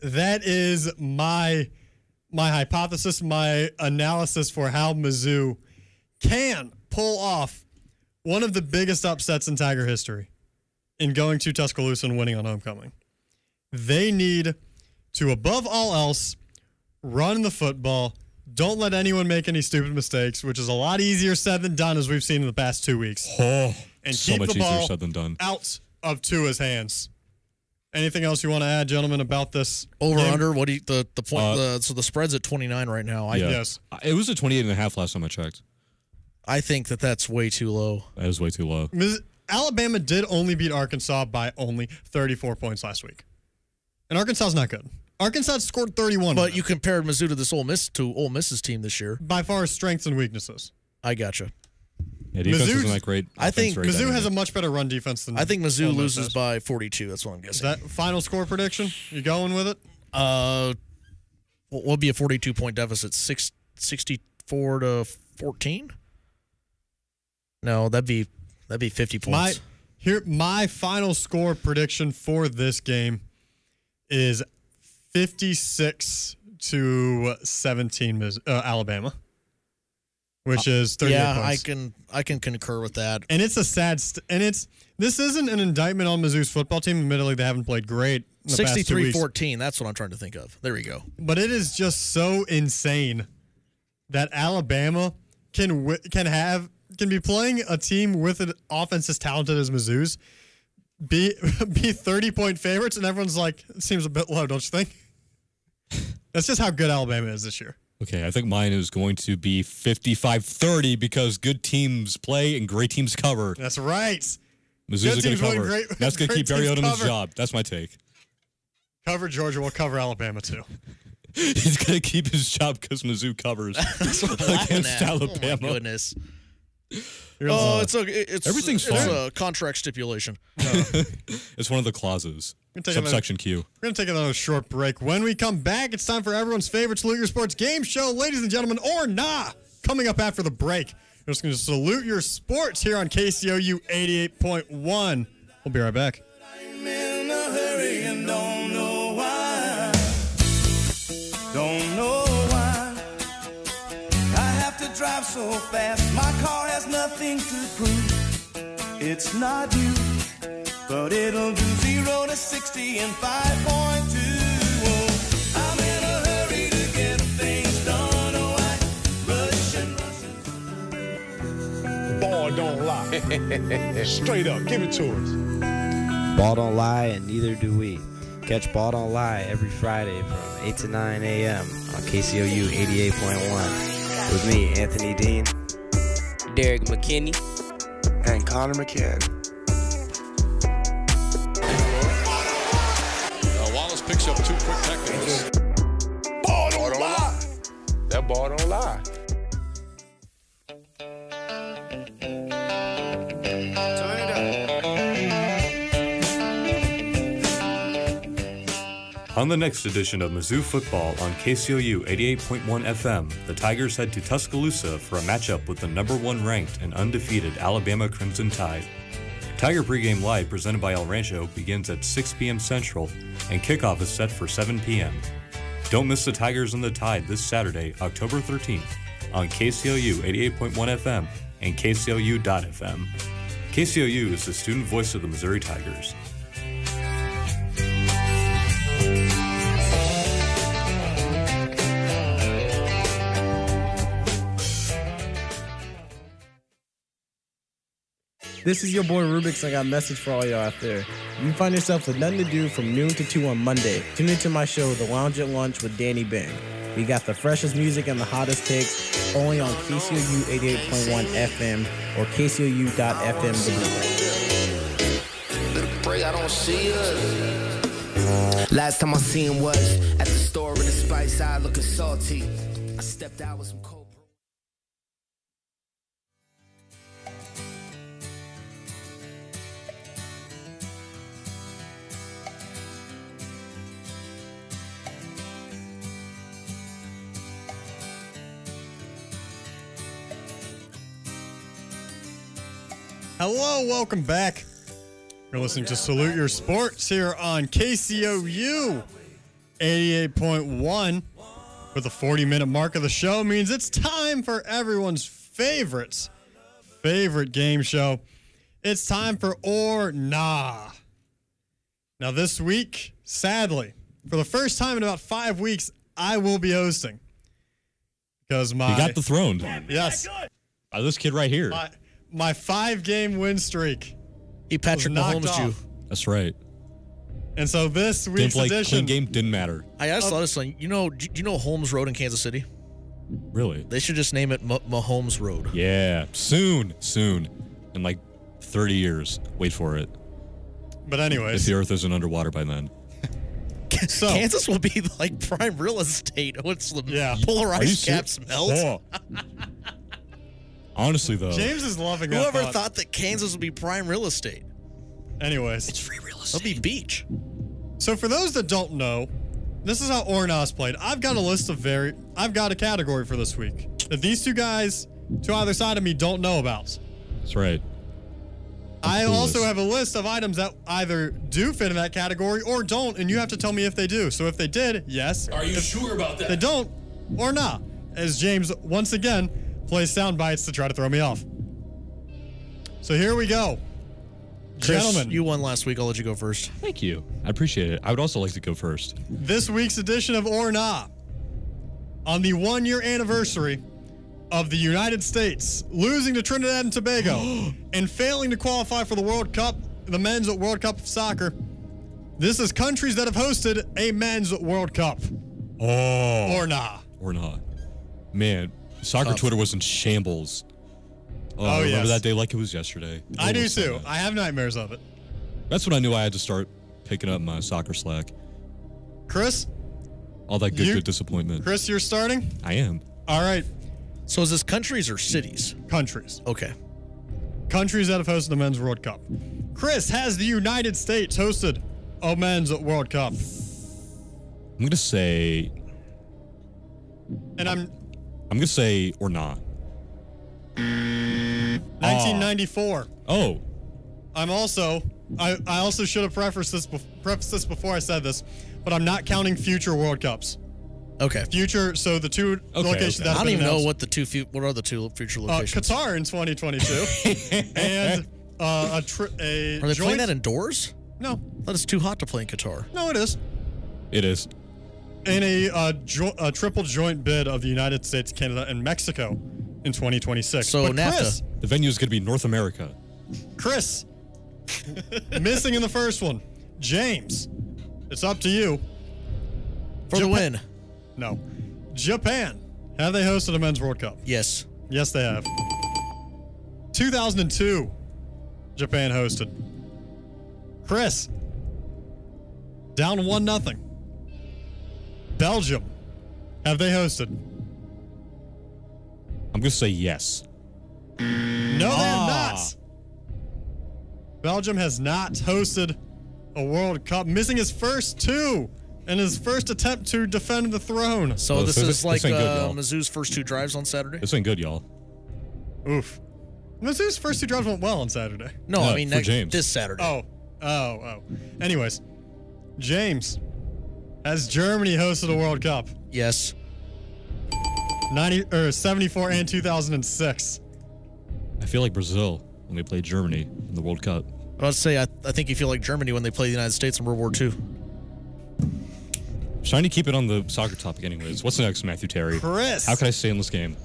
that is my my hypothesis, my analysis for how Mizzou can pull off one of the biggest upsets in Tiger history in going to Tuscaloosa and winning on homecoming. They need to, above all else, run the football. Don't let anyone make any stupid mistakes, which is a lot easier said than done, as we've seen in the past two weeks Oh, and so keep much the easier ball said than done. out of Tua's hands. Anything else you want to add, gentlemen, about this? Over game? under? What do you, the the point? Uh, the, so the spread's at 29 right now. I Yeah. Yes. It was a 28 and a half last time I checked. I think that that's way too low. That is way too low. Miss- Alabama did only beat Arkansas by only 34 points last week. And Arkansas's not good. Arkansas scored 31. But you compared Mizzou to this Ole Miss to Ole Miss's team this year. by far strengths and weaknesses. I gotcha. Yeah, defense Mizzou's- isn't that great. I Offense think very Mizzou has a dynamic. much better run defense than I think Ole Mizzou Miss loses has. by 42. That's what I'm guessing. That final score prediction, you going with it? uh, what would be a 42 point deficit? Six, 64 to 14? No, that'd be that'd be 50 My points. here my final score prediction for this game is 56 to 17 Mis- uh, Alabama, which is 38 Uh, yeah, I points. can I can concur with that. and it's a sad st- and it's this isn't an indictment on Mizzou's football team. Admittedly, they haven't played great in the past two 63 weeks, 14. That's what I'm trying to think of. There we go. but it is just so insane that Alabama can wi- can have can be playing a team with an offense as talented as Mizzou's, be be thirty point favorites, and everyone's like, it seems a bit low, don't you think? That's just how good Alabama is this year. Okay, I think mine is going to be 55 30 because good teams play and great teams cover. That's right. Mizzou's going teams to win, cover. great- That's going to great keep Barry teams Odom his cover. job. That's my take. Cover Georgia, we'll cover Alabama too. He's going to keep his job because Mizzou covers against Oh my Alabama. goodness. Oh, it's okay. It's Everything's it's fine. a contract stipulation. it's one of the clauses. We're taking Subsection Q. We're gonna take another short break. When we come back, it's time for everyone's favorite Salute Your Sports game show, ladies and gentlemen, or nah. Coming up after the break, we're just gonna salute your sports here on KCOU 88.1. We'll be right back. drive so fast. My car has nothing to prove. It's not new, but it'll do zero to sixty in five point two. I'm in a hurry to get things done. Oh, I rush and rush. and- Boy, don't lie. Straight up, give it to us. Ball Don't Lie, and neither do we. Catch Ball Don't Lie every Friday from 8 to 9 a.m. on KCOU 88.1 with me, Anthony Dean, Derek McKinney, and Connor McCann. Uh, Wallace picks up two quick technicals. Ball don't, lie. That ball don't lie. On the next edition of Mizzou Football on KCOU 88.1 FM, the Tigers head to Tuscaloosa for a matchup with the number one ranked and undefeated Alabama Crimson Tide. Tiger Pregame Live presented by El Rancho begins at 6 p.m. Central, and kickoff is set for 7 p.m. Don't miss the Tigers and the Tide this Saturday, October 13th, on KCOU 88.1 FM and KCOU.FM. KCOU is the student voice of the Missouri Tigers. This is your boy Rubix. I got a message for all y'all out there. You find yourself with nothing to do from noon to 2 on Monday. Tune into my show, The Lounge at Lunch with Danny Bing. We got the freshest music and the hottest takes only on KCOU 88.1 FM or KCOU.FM. The Blue. Pray I don't see us. Last time I seen him was at the store with the spice eye looking salty. I stepped out with some cold. Hello, welcome back. You're listening to Salute Your Sports here on KCOU 88.1. With the 40 minute mark of the show means it's time for everyone's favorites, favorite game show. It's time for Or Nah. Now, this week, sadly, for the first time in about five weeks, I will be hosting. Because my. You got the throned. Yes. By this kid right here. My, my five game win streak. He Patrick Mahomes you. That's right. And so this Didn't week's play edition. clean game. Didn't matter. I asked a lot of something. You know, do you know Holmes Road in Kansas City? Really? They should just name it Ma- Mahomes Road. Yeah. Soon. Soon. In like 30 years. Wait for it. But anyways. If the Earth isn't underwater by then. Kansas will be like prime real estate. Oh, it's the Are you polarized caps serious? melt. Oh. Honestly though. is loving that Whoever thought. thought that Kansas would be prime real estate? Anyways, it's free real estate. It'll be beach. So for those that don't know, this is how Ornos played. I've got a list of very. I've got a category for this week that these two guys to either side of me don't know about. That's right. I clueless. also have a list of items that either do fit in that category or don't, and you have to tell me if they do. So if they did, yes. Are you if sure about that? They don't, or not. As James once again plays sound bites to try to throw me off. So here we go, Chris, gentlemen. you won last week. I'll let you go first. Thank you. I appreciate it. I would also like to go first. This week's edition of Or Not, on the one year anniversary of the United States losing to Trinidad and Tobago and failing to qualify for the World Cup, the men's World Cup of soccer. This is countries that have hosted a men's World Cup. Oh. Or Nah. Or not. Man, soccer Tough. Twitter was in shambles. Oh, Oh, I remember yes. that day like it was yesterday. I It do was so too. bad. I have nightmares of it. That's when I knew I had to start picking up my soccer slack. Chris, All that good, You- good disappointment. Chris, you're starting? I am. All right. So is this countries or cities? Countries. Okay. Countries that have hosted the men's World Cup. Chris has the United States hosted a men's World Cup. I'm going to say, And I'm I'm going to say or not. 1994. Oh, I'm also I, I also should have prefaced this bef- prefaced this before I said this, but I'm not counting future World Cups. Okay. Future. So the two locations that I don't even know what the two fu- what are the two future uh, locations. Qatar in 2022 and uh, a tri- a are they joint- playing that indoors? No. That is too hot to play in Qatar. No, it is. It is. in a, uh, jo- a triple joint bid of the United States, Canada, and Mexico in 2026. But Chris, the venue is going to be North America. Chris, missing in the first one. James, it's up to you. For the win. No. Japan, have they hosted a Men's World Cup? Yes. Yes, they have. 2002, Japan hosted. Chris, down 1 nothing. Belgium, have they hosted? I'm going to say yes. No, they have Ah. not. Belgium has not hosted a World Cup, missing his first two in his first attempt to defend the throne. So this, Oh, this- is this like ain't good, uh, y'all. Mizzou's first two drives on Saturday. This ain't good, y'all. Oof. Mizzou's first two drives went well on Saturday. No, I mean for next, James. this Saturday. Oh, oh, oh. Anyways, James, has Germany hosted a World Cup? Yes. 90 or 74 and 2006. I feel like Brazil when they played Germany in the World Cup. I was about to say I, I think you feel like Germany when they play the United States in World War II. Trying to keep it on the soccer topic, anyways. What's next, Matthew Terry? Chris. How can I stay in this game?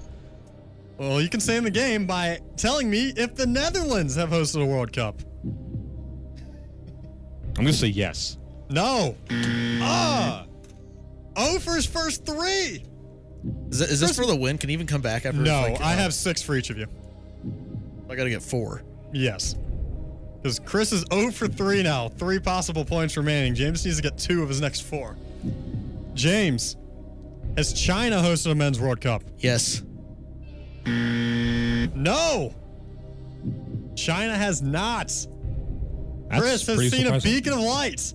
Well, you can stay in the game by telling me if the Netherlands have hosted a World Cup. I'm going to say yes. No. Ah. Oh, for his first three. Is, that, is this for the win? Can he even come back after? No, like, I uh, have six for each of you. I gotta get four. Yes. Because Chris is 0 for 3 now. Three possible points remaining. James needs to get two of his next four. James, has China hosted a men's World Cup? Yes. No. China has not. That's Chris has pretty seen surprising. a beacon of light.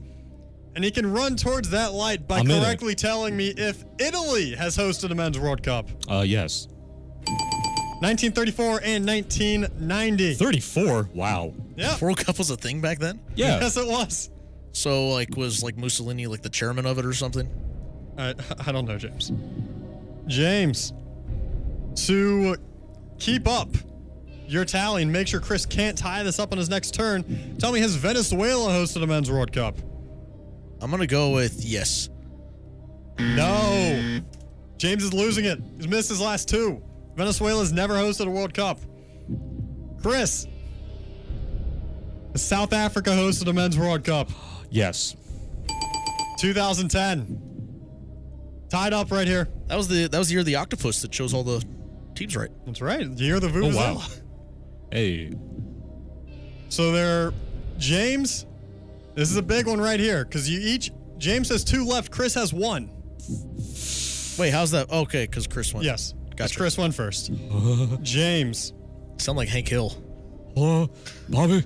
And he can run towards that light by I'm in it. correctly telling me if Italy has hosted a men's World Cup. Uh, yes. 1934 and 1990. 34? Wow. Yeah. World Cup was a thing back then. Yeah. Yes, it was. So like was like Mussolini like the chairman of it or something? I, Uh, I don't know, James. James, to keep up your tally and make sure Chris can't tie this up on his next turn, tell me has Venezuela hosted a men's World Cup? I'm gonna go with yes. No. James is losing it. He's missed his last two. Venezuela's never hosted a World Cup. Chris, has South Africa hosted a men's World Cup? Yes. 2010. Tied up right here. That was the that was the year of the octopus that chose all the teams right. That's right. Year of the Oh, Vuvuzela. wow. Hey. So there, James. This is a big one right here because you each. James has two left. Chris has one. Wait, how's that? Okay, because Chris won. Yes. 'Cause Gotcha. Chris won first. James. Sound like Hank Hill. Oh, Bobby,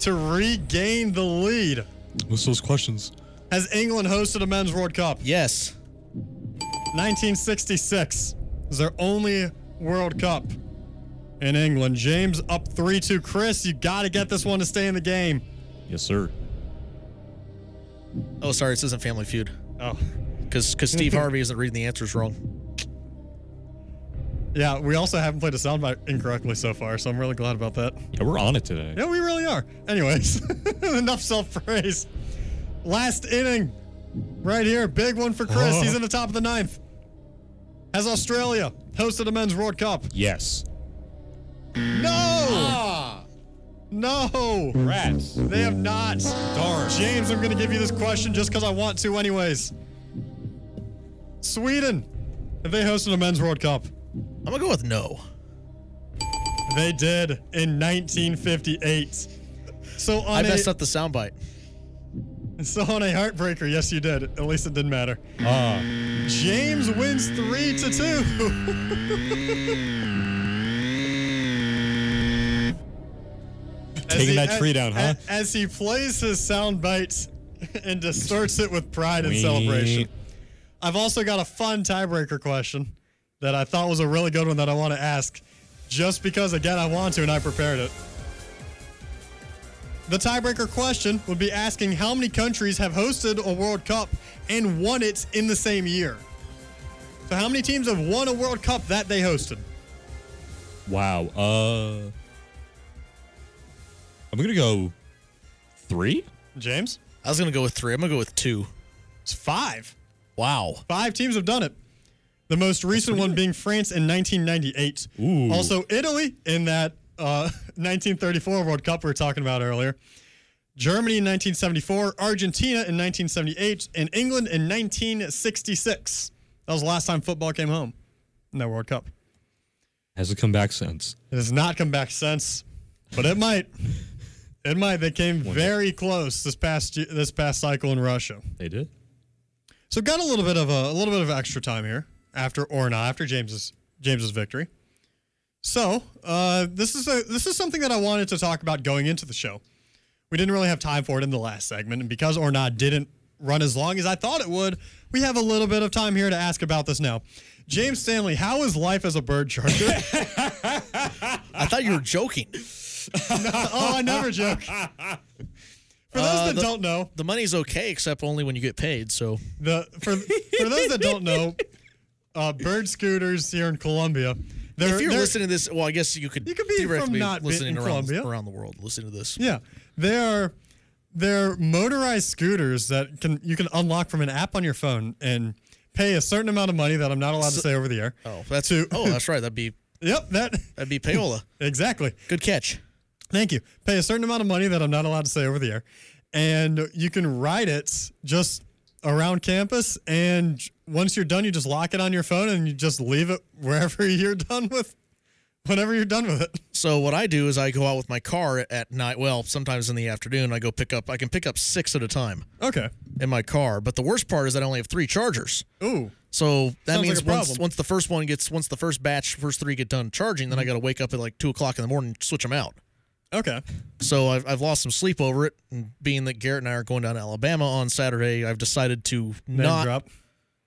To regain the lead, what's those questions? has England hosted a men's World Cup? Yes. 1966 is their only World Cup in England. James up 3 2. Chris, you got to get this one to stay in the game. Yes, sir. Oh, sorry, this isn't Family Feud. Oh. Because because Steve Harvey isn't reading the answers wrong. Yeah, we also haven't played a soundbite incorrectly so far, so I'm really glad about that. Yeah, we're on it today. Yeah, we really are. Anyways, enough self praise. Last inning, right here. Big one for Chris. He's in the top of the ninth. Has Australia hosted a men's World Cup? Yes. No! No! Rats. They have not. Darn. James, I'm going to give you this question just because I want to, anyways. Sweden, have they hosted a men's World Cup? I'm gonna go with no. They did in 1958. So on I a- messed up the soundbite. So on a heartbreaker, yes, you did. At least it didn't matter. Ah. James wins three to two. As Taking that tree down, huh? As, as he plays his sound bites and distorts it with pride and Wee. celebration. I've also got a fun tiebreaker question that I thought was a really good one that I want to ask, just because again I want to and I prepared it. The tiebreaker question would be asking how many countries have hosted a World Cup and won it in the same year. So, how many teams have won a World Cup that they hosted? Wow. Uh, I'm gonna go three. James, I was gonna go with three. I'm gonna go with two. It's five. Wow. Five teams have done it. The most recent one being France in 1998. Ooh. Also, Italy in that uh, 1934 World Cup we were talking about earlier. Germany in 1974, Argentina in 1978, and England in 1966. That was the last time football came home in that World Cup. Has it come back since? It has not come back since, but it might. It might. They came very close this past ye- this past cycle in Russia. They did. So got a little bit of a, a little bit of extra time here after or not after James's James's victory. So uh, this is a this is something that I wanted to talk about going into the show. We didn't really have time for it in the last segment, and because or not didn't run as long as I thought it would, we have a little bit of time here to ask about this now. James Stanley, how is life as a bird charger? I thought you were joking. oh, I never joke. For those that don't know, Uh, the money's okay except only when you get paid. So The for for those that don't know, uh, bird scooters here in Colombia. They're, if you're they're- listening to this, well, I guess you could You could be from theoretically not bit- listening in around, Colombia. around the world, listen to this. Yeah, they are they're motorized scooters that can you can unlock from an app on your phone and pay a certain amount of money that I'm not allowed to So- say over the air. Oh, that's To- oh, that's right. That'd be Yep, that that'd be payola. exactly. Good catch. Thank you. Pay a certain amount of money that I'm not allowed to say over the air, and you can ride it just around campus. And once you're done, you just lock it on your phone and you just leave it wherever you're done with, whenever you're done with it. So what I do is I go out with my car at night. Well, sometimes in the afternoon, I go pick up. I can pick up six at a time Okay. in my car. But the worst part is that I only have three chargers. Ooh. So that Sounds like means a once, problem. once the first one gets, once the first batch, first three get done charging, then I got to wake up at like two o'clock in the morning and switch them out. Okay. So I've, I've lost some sleep over it. And being that Garrett and I are going down to Alabama on Saturday, I've decided to Name not, drop.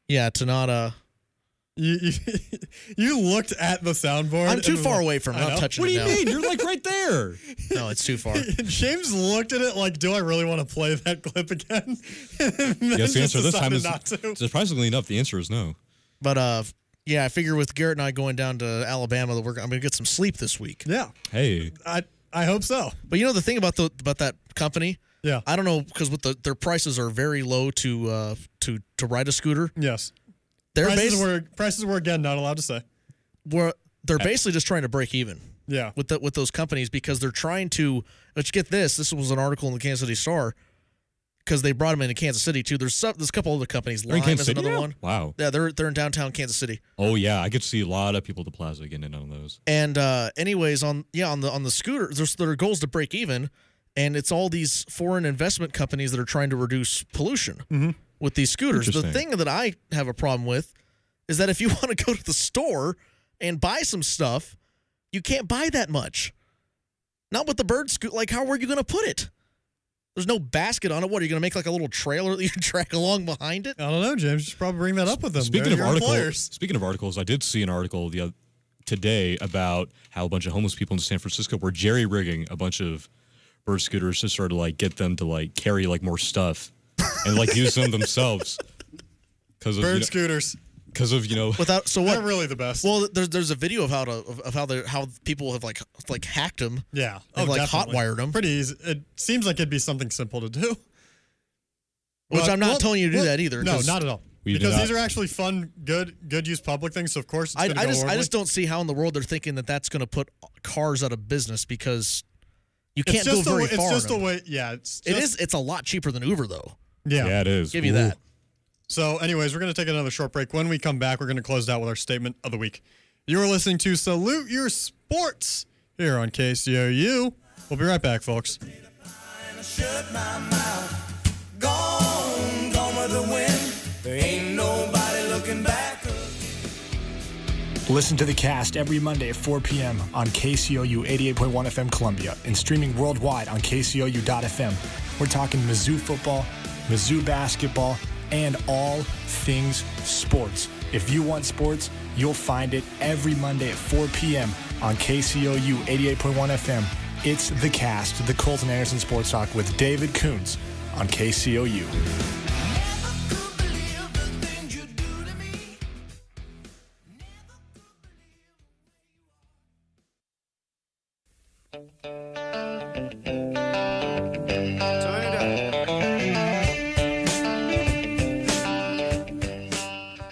yeah, to not. Uh, You, you, you looked at the soundboard. I'm and too was far like, away from it. I I'm know. touching What do it you now. mean? You're like right there. No, it's too far. James looked at it like, "Do I really want to play that clip again?" Yes, yes, the answer this time is not to. surprisingly enough. The answer is no. But uh, yeah, I figure with Garrett and I going down to Alabama, that we're I'm gonna get some sleep this week. Yeah, Hey, I I hope so. But you know the thing about the about that company. Yeah. I don't know because with the their prices are very low to uh to to ride a scooter. Yes, They're prices basically were prices were again not allowed to say. were they're basically just trying to break even Yeah, with the, with those companies because they're trying to. Let's get this. This was an article in the Kansas City Star because they brought them into Kansas City too. There's some, there's a couple other companies. They're in Lime Kansas is City another now? one. Wow. Yeah, they're they're in downtown Kansas City. Oh yeah, I could see a lot of people at the plaza getting in on those. And uh, anyways, on yeah, on the on the scooter, there's there are goals to break even, and it's all these foreign investment companies that are trying to reduce pollution with these scooters. The Interesting. thing that I have a problem with is that if you want to go to the store and buy some stuff, you can't buy that much. Not with the bird scoot. Like, how are you going to put it? There's no basket on it. What are you going to make like a little trailer that you drag along behind it? I don't know, James. You should probably bring that up with them. Speaking They're of your articles, employers. speaking of articles, I did see an article the other, today about how a bunch of homeless people in San Francisco were jerry rigging a bunch of bird scooters to sort of like get them to like carry like more stuff and like use them themselves because of bird you know, scooters. because of you know Without so what? They're really the best. Well, there's there's a video of how to of, of how the how people have like like hacked them. yeah, oh, They've, like, definitely. hotwired 'em. Pretty easy. It seems like it'd be something simple to do. Which But- I'm not well, telling you to do well, that either. No, 'cause not at all. We do Because not- these are actually fun, good, good use public things. So of course, it's I, gonna I go just I horribly. just don't see how in the world they're thinking that that's going to put cars out of business because you can't it's go just a, very it's far. in just a them. way. Yeah, it's It just, is. It's a lot cheaper than Uber though. Yeah. yeah it is Give you Ooh. that. So, anyways, we're going to take another short break. When we come back, we're going to close it out with our statement of the week. You're listening to Salute Your Sports here on KCOU. We'll be right back, folks. Shut my mouth. Gone, gone with the wind. There ain't nobody looking back. Listen to the cast every Monday at 4 p.m. on KCOU 88.1 FM Columbia and streaming worldwide on KCOU.FM. We're talking Mizzou football, Mizzou basketball, and all things sports. If you want sports, you'll find it every Monday at 4 p.m. on KCOU 88.1 FM It's the cast, the Colton Anderson Sports Talk with David Coons on KCOU.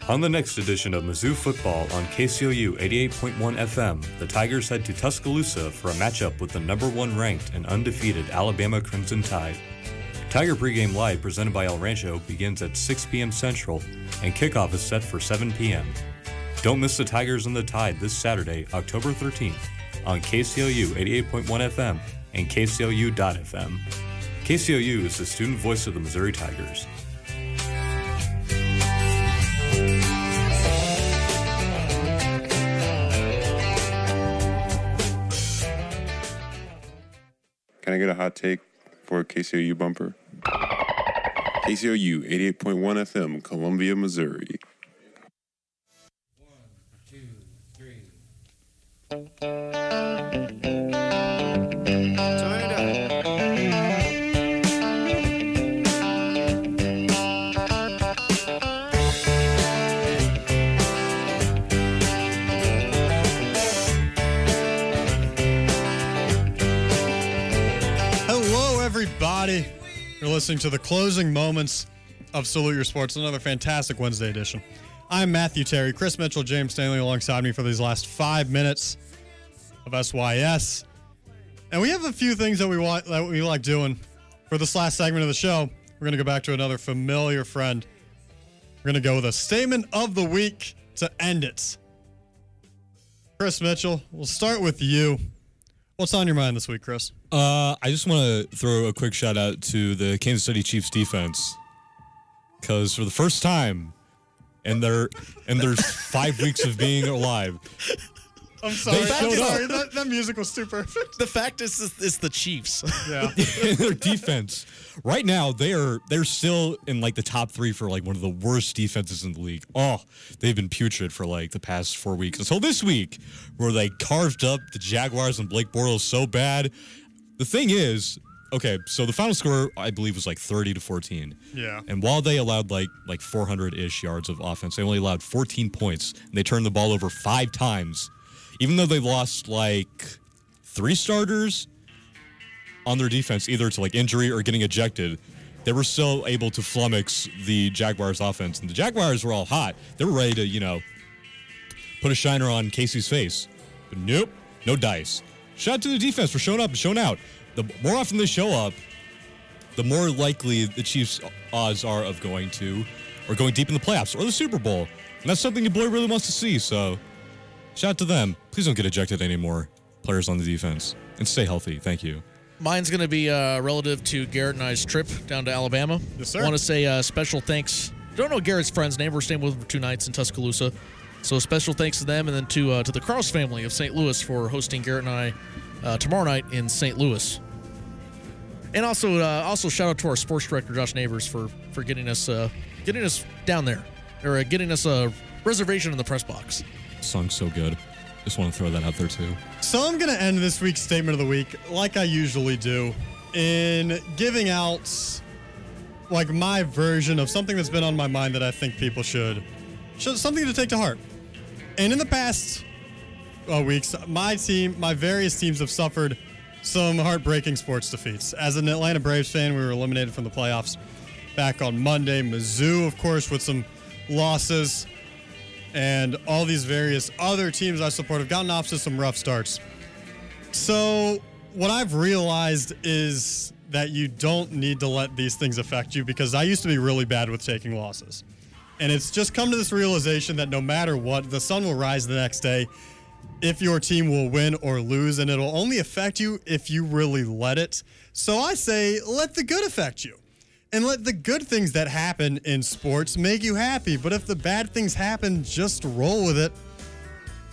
On the next edition of Mizzou Football on KCOU 88.1 FM, the Tigers head to Tuscaloosa for a matchup with the number one ranked and undefeated Alabama Crimson Tide. Tiger Pregame Live presented by El Rancho begins at 6 p.m. Central, and kickoff is set for 7 p.m. Don't miss the Tigers and the Tide this Saturday, October 13th, on KCOU 88.1 FM and KCOU.FM. KCOU is the student voice of the Missouri Tigers. Can I get a hot take for a KCOU bumper? KCOU 88.1 FM, Columbia, Missouri. Hello, everybody. You're listening to the closing moments of Salute Your Sports, another fantastic Wednesday edition. I'm Matthew Terry, Chris Mitchell, James Stanley alongside me for these last five minutes of SYS. And we have a few things that we want that we like doing for this last segment of the show. We're gonna go back to another familiar friend. We're gonna go with a statement of the week to end it. Chris Mitchell, we'll start with you. What's on your mind this week, Chris? Uh, I just want to throw a quick shout out to the Kansas City Chiefs defense because for the first time in their in their five weeks of being alive, I'm sorry. They I'm showed up. sorry. That, that music was too perfect. The fact is, it's the Chiefs. Yeah. their defense right now they are they're still in like the top three for like one of the worst defenses in the league. Oh, they've been putrid for like the past four weeks until this week where they carved up the Jaguars and Blake Bortles so bad. The thing is, okay, so the final score I believe was like thirty to fourteen. Yeah. And while they allowed like like 400 ish yards of offense, they only allowed 14 points, and they turned the ball over five times. Even though they lost like three starters on their defense, either to like injury or getting ejected, they were still able to flummox the Jaguars' offense. And the Jaguars were all hot; they were ready to you know put a shiner on Casey's face. But nope, no dice. Shout out to the defense for showing up and showing out. The more often they show up, the more likely the Chiefs' odds are of going to or going deep in the playoffs or the Super Bowl. And that's something your boy really wants to see. So shout out to them. Please don't get ejected anymore, players on the defense. And stay healthy. Thank you. Mine's going to be uh, relative to Garrett and I's trip down to Alabama. Yes, sir. Want to say uh, special thanks. Don't know Garrett's friend's name. We're staying with him for two nights in Tuscaloosa. So special thanks to them and then to uh, to the Cross family of St. Louis for hosting Garrett and I uh, tomorrow night in St. Louis. And also uh, also shout out to our sports director Josh Neighbors for for getting us uh, getting us down there or uh, getting us a reservation in the press box. Song's so good. Just want to throw that out there too. So I'm going to end this week's statement of the week, like I usually do, in giving out like my version of something that's been on my mind that I think people should, should something to take to heart. And in the past uh, weeks, my team, my various teams have suffered some heartbreaking sports defeats. As an Atlanta Braves fan, we were eliminated from the playoffs back on Monday. Mizzou, of course, with some losses and all these various other teams I support have gotten off to some rough starts. So, what I've realized is that you don't need to let these things affect you because I used to be really bad with taking losses. And it's just come to this realization that no matter what, the sun will rise the next day if your team will win or lose, and it'll only affect you if you really let it. So, I say, let the good affect you and let the good things that happen in sports make you happy. But if the bad things happen, just roll with it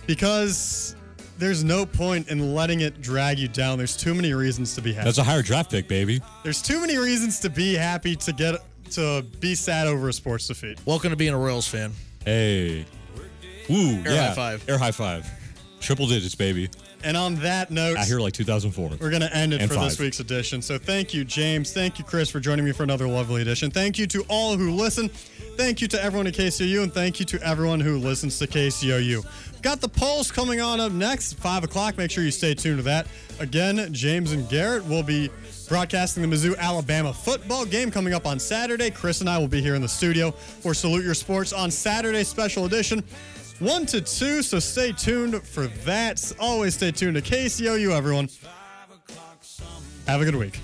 because there's no point in letting it drag you down. There's too many reasons to be happy. That's a higher draft pick, baby. there's too many reasons to be happy to get to be sad over a sports defeat. Welcome to being a Royals fan. Hey. Ooh, Air yeah. high five. Air high five. Triple digits, baby. And on that note, I hear like 2004. We're going to end it And for this five. week's edition. So thank you, James. Thank you, Chris, for joining me for another lovely edition. Thank you to all who listen. Thank you to everyone at KCOU, and thank you to everyone who listens to KCOU. We've got the polls coming on up next, 5 o'clock. Make sure you stay tuned to that. Again, James and Garrett will be broadcasting the Mizzou Alabama football game coming up on Saturday. Chris and I will be here in the studio for Salute Your Sports on Saturday special edition. 1 to 2, so stay tuned for that. Always stay tuned to KCOU, everyone. Have a good week.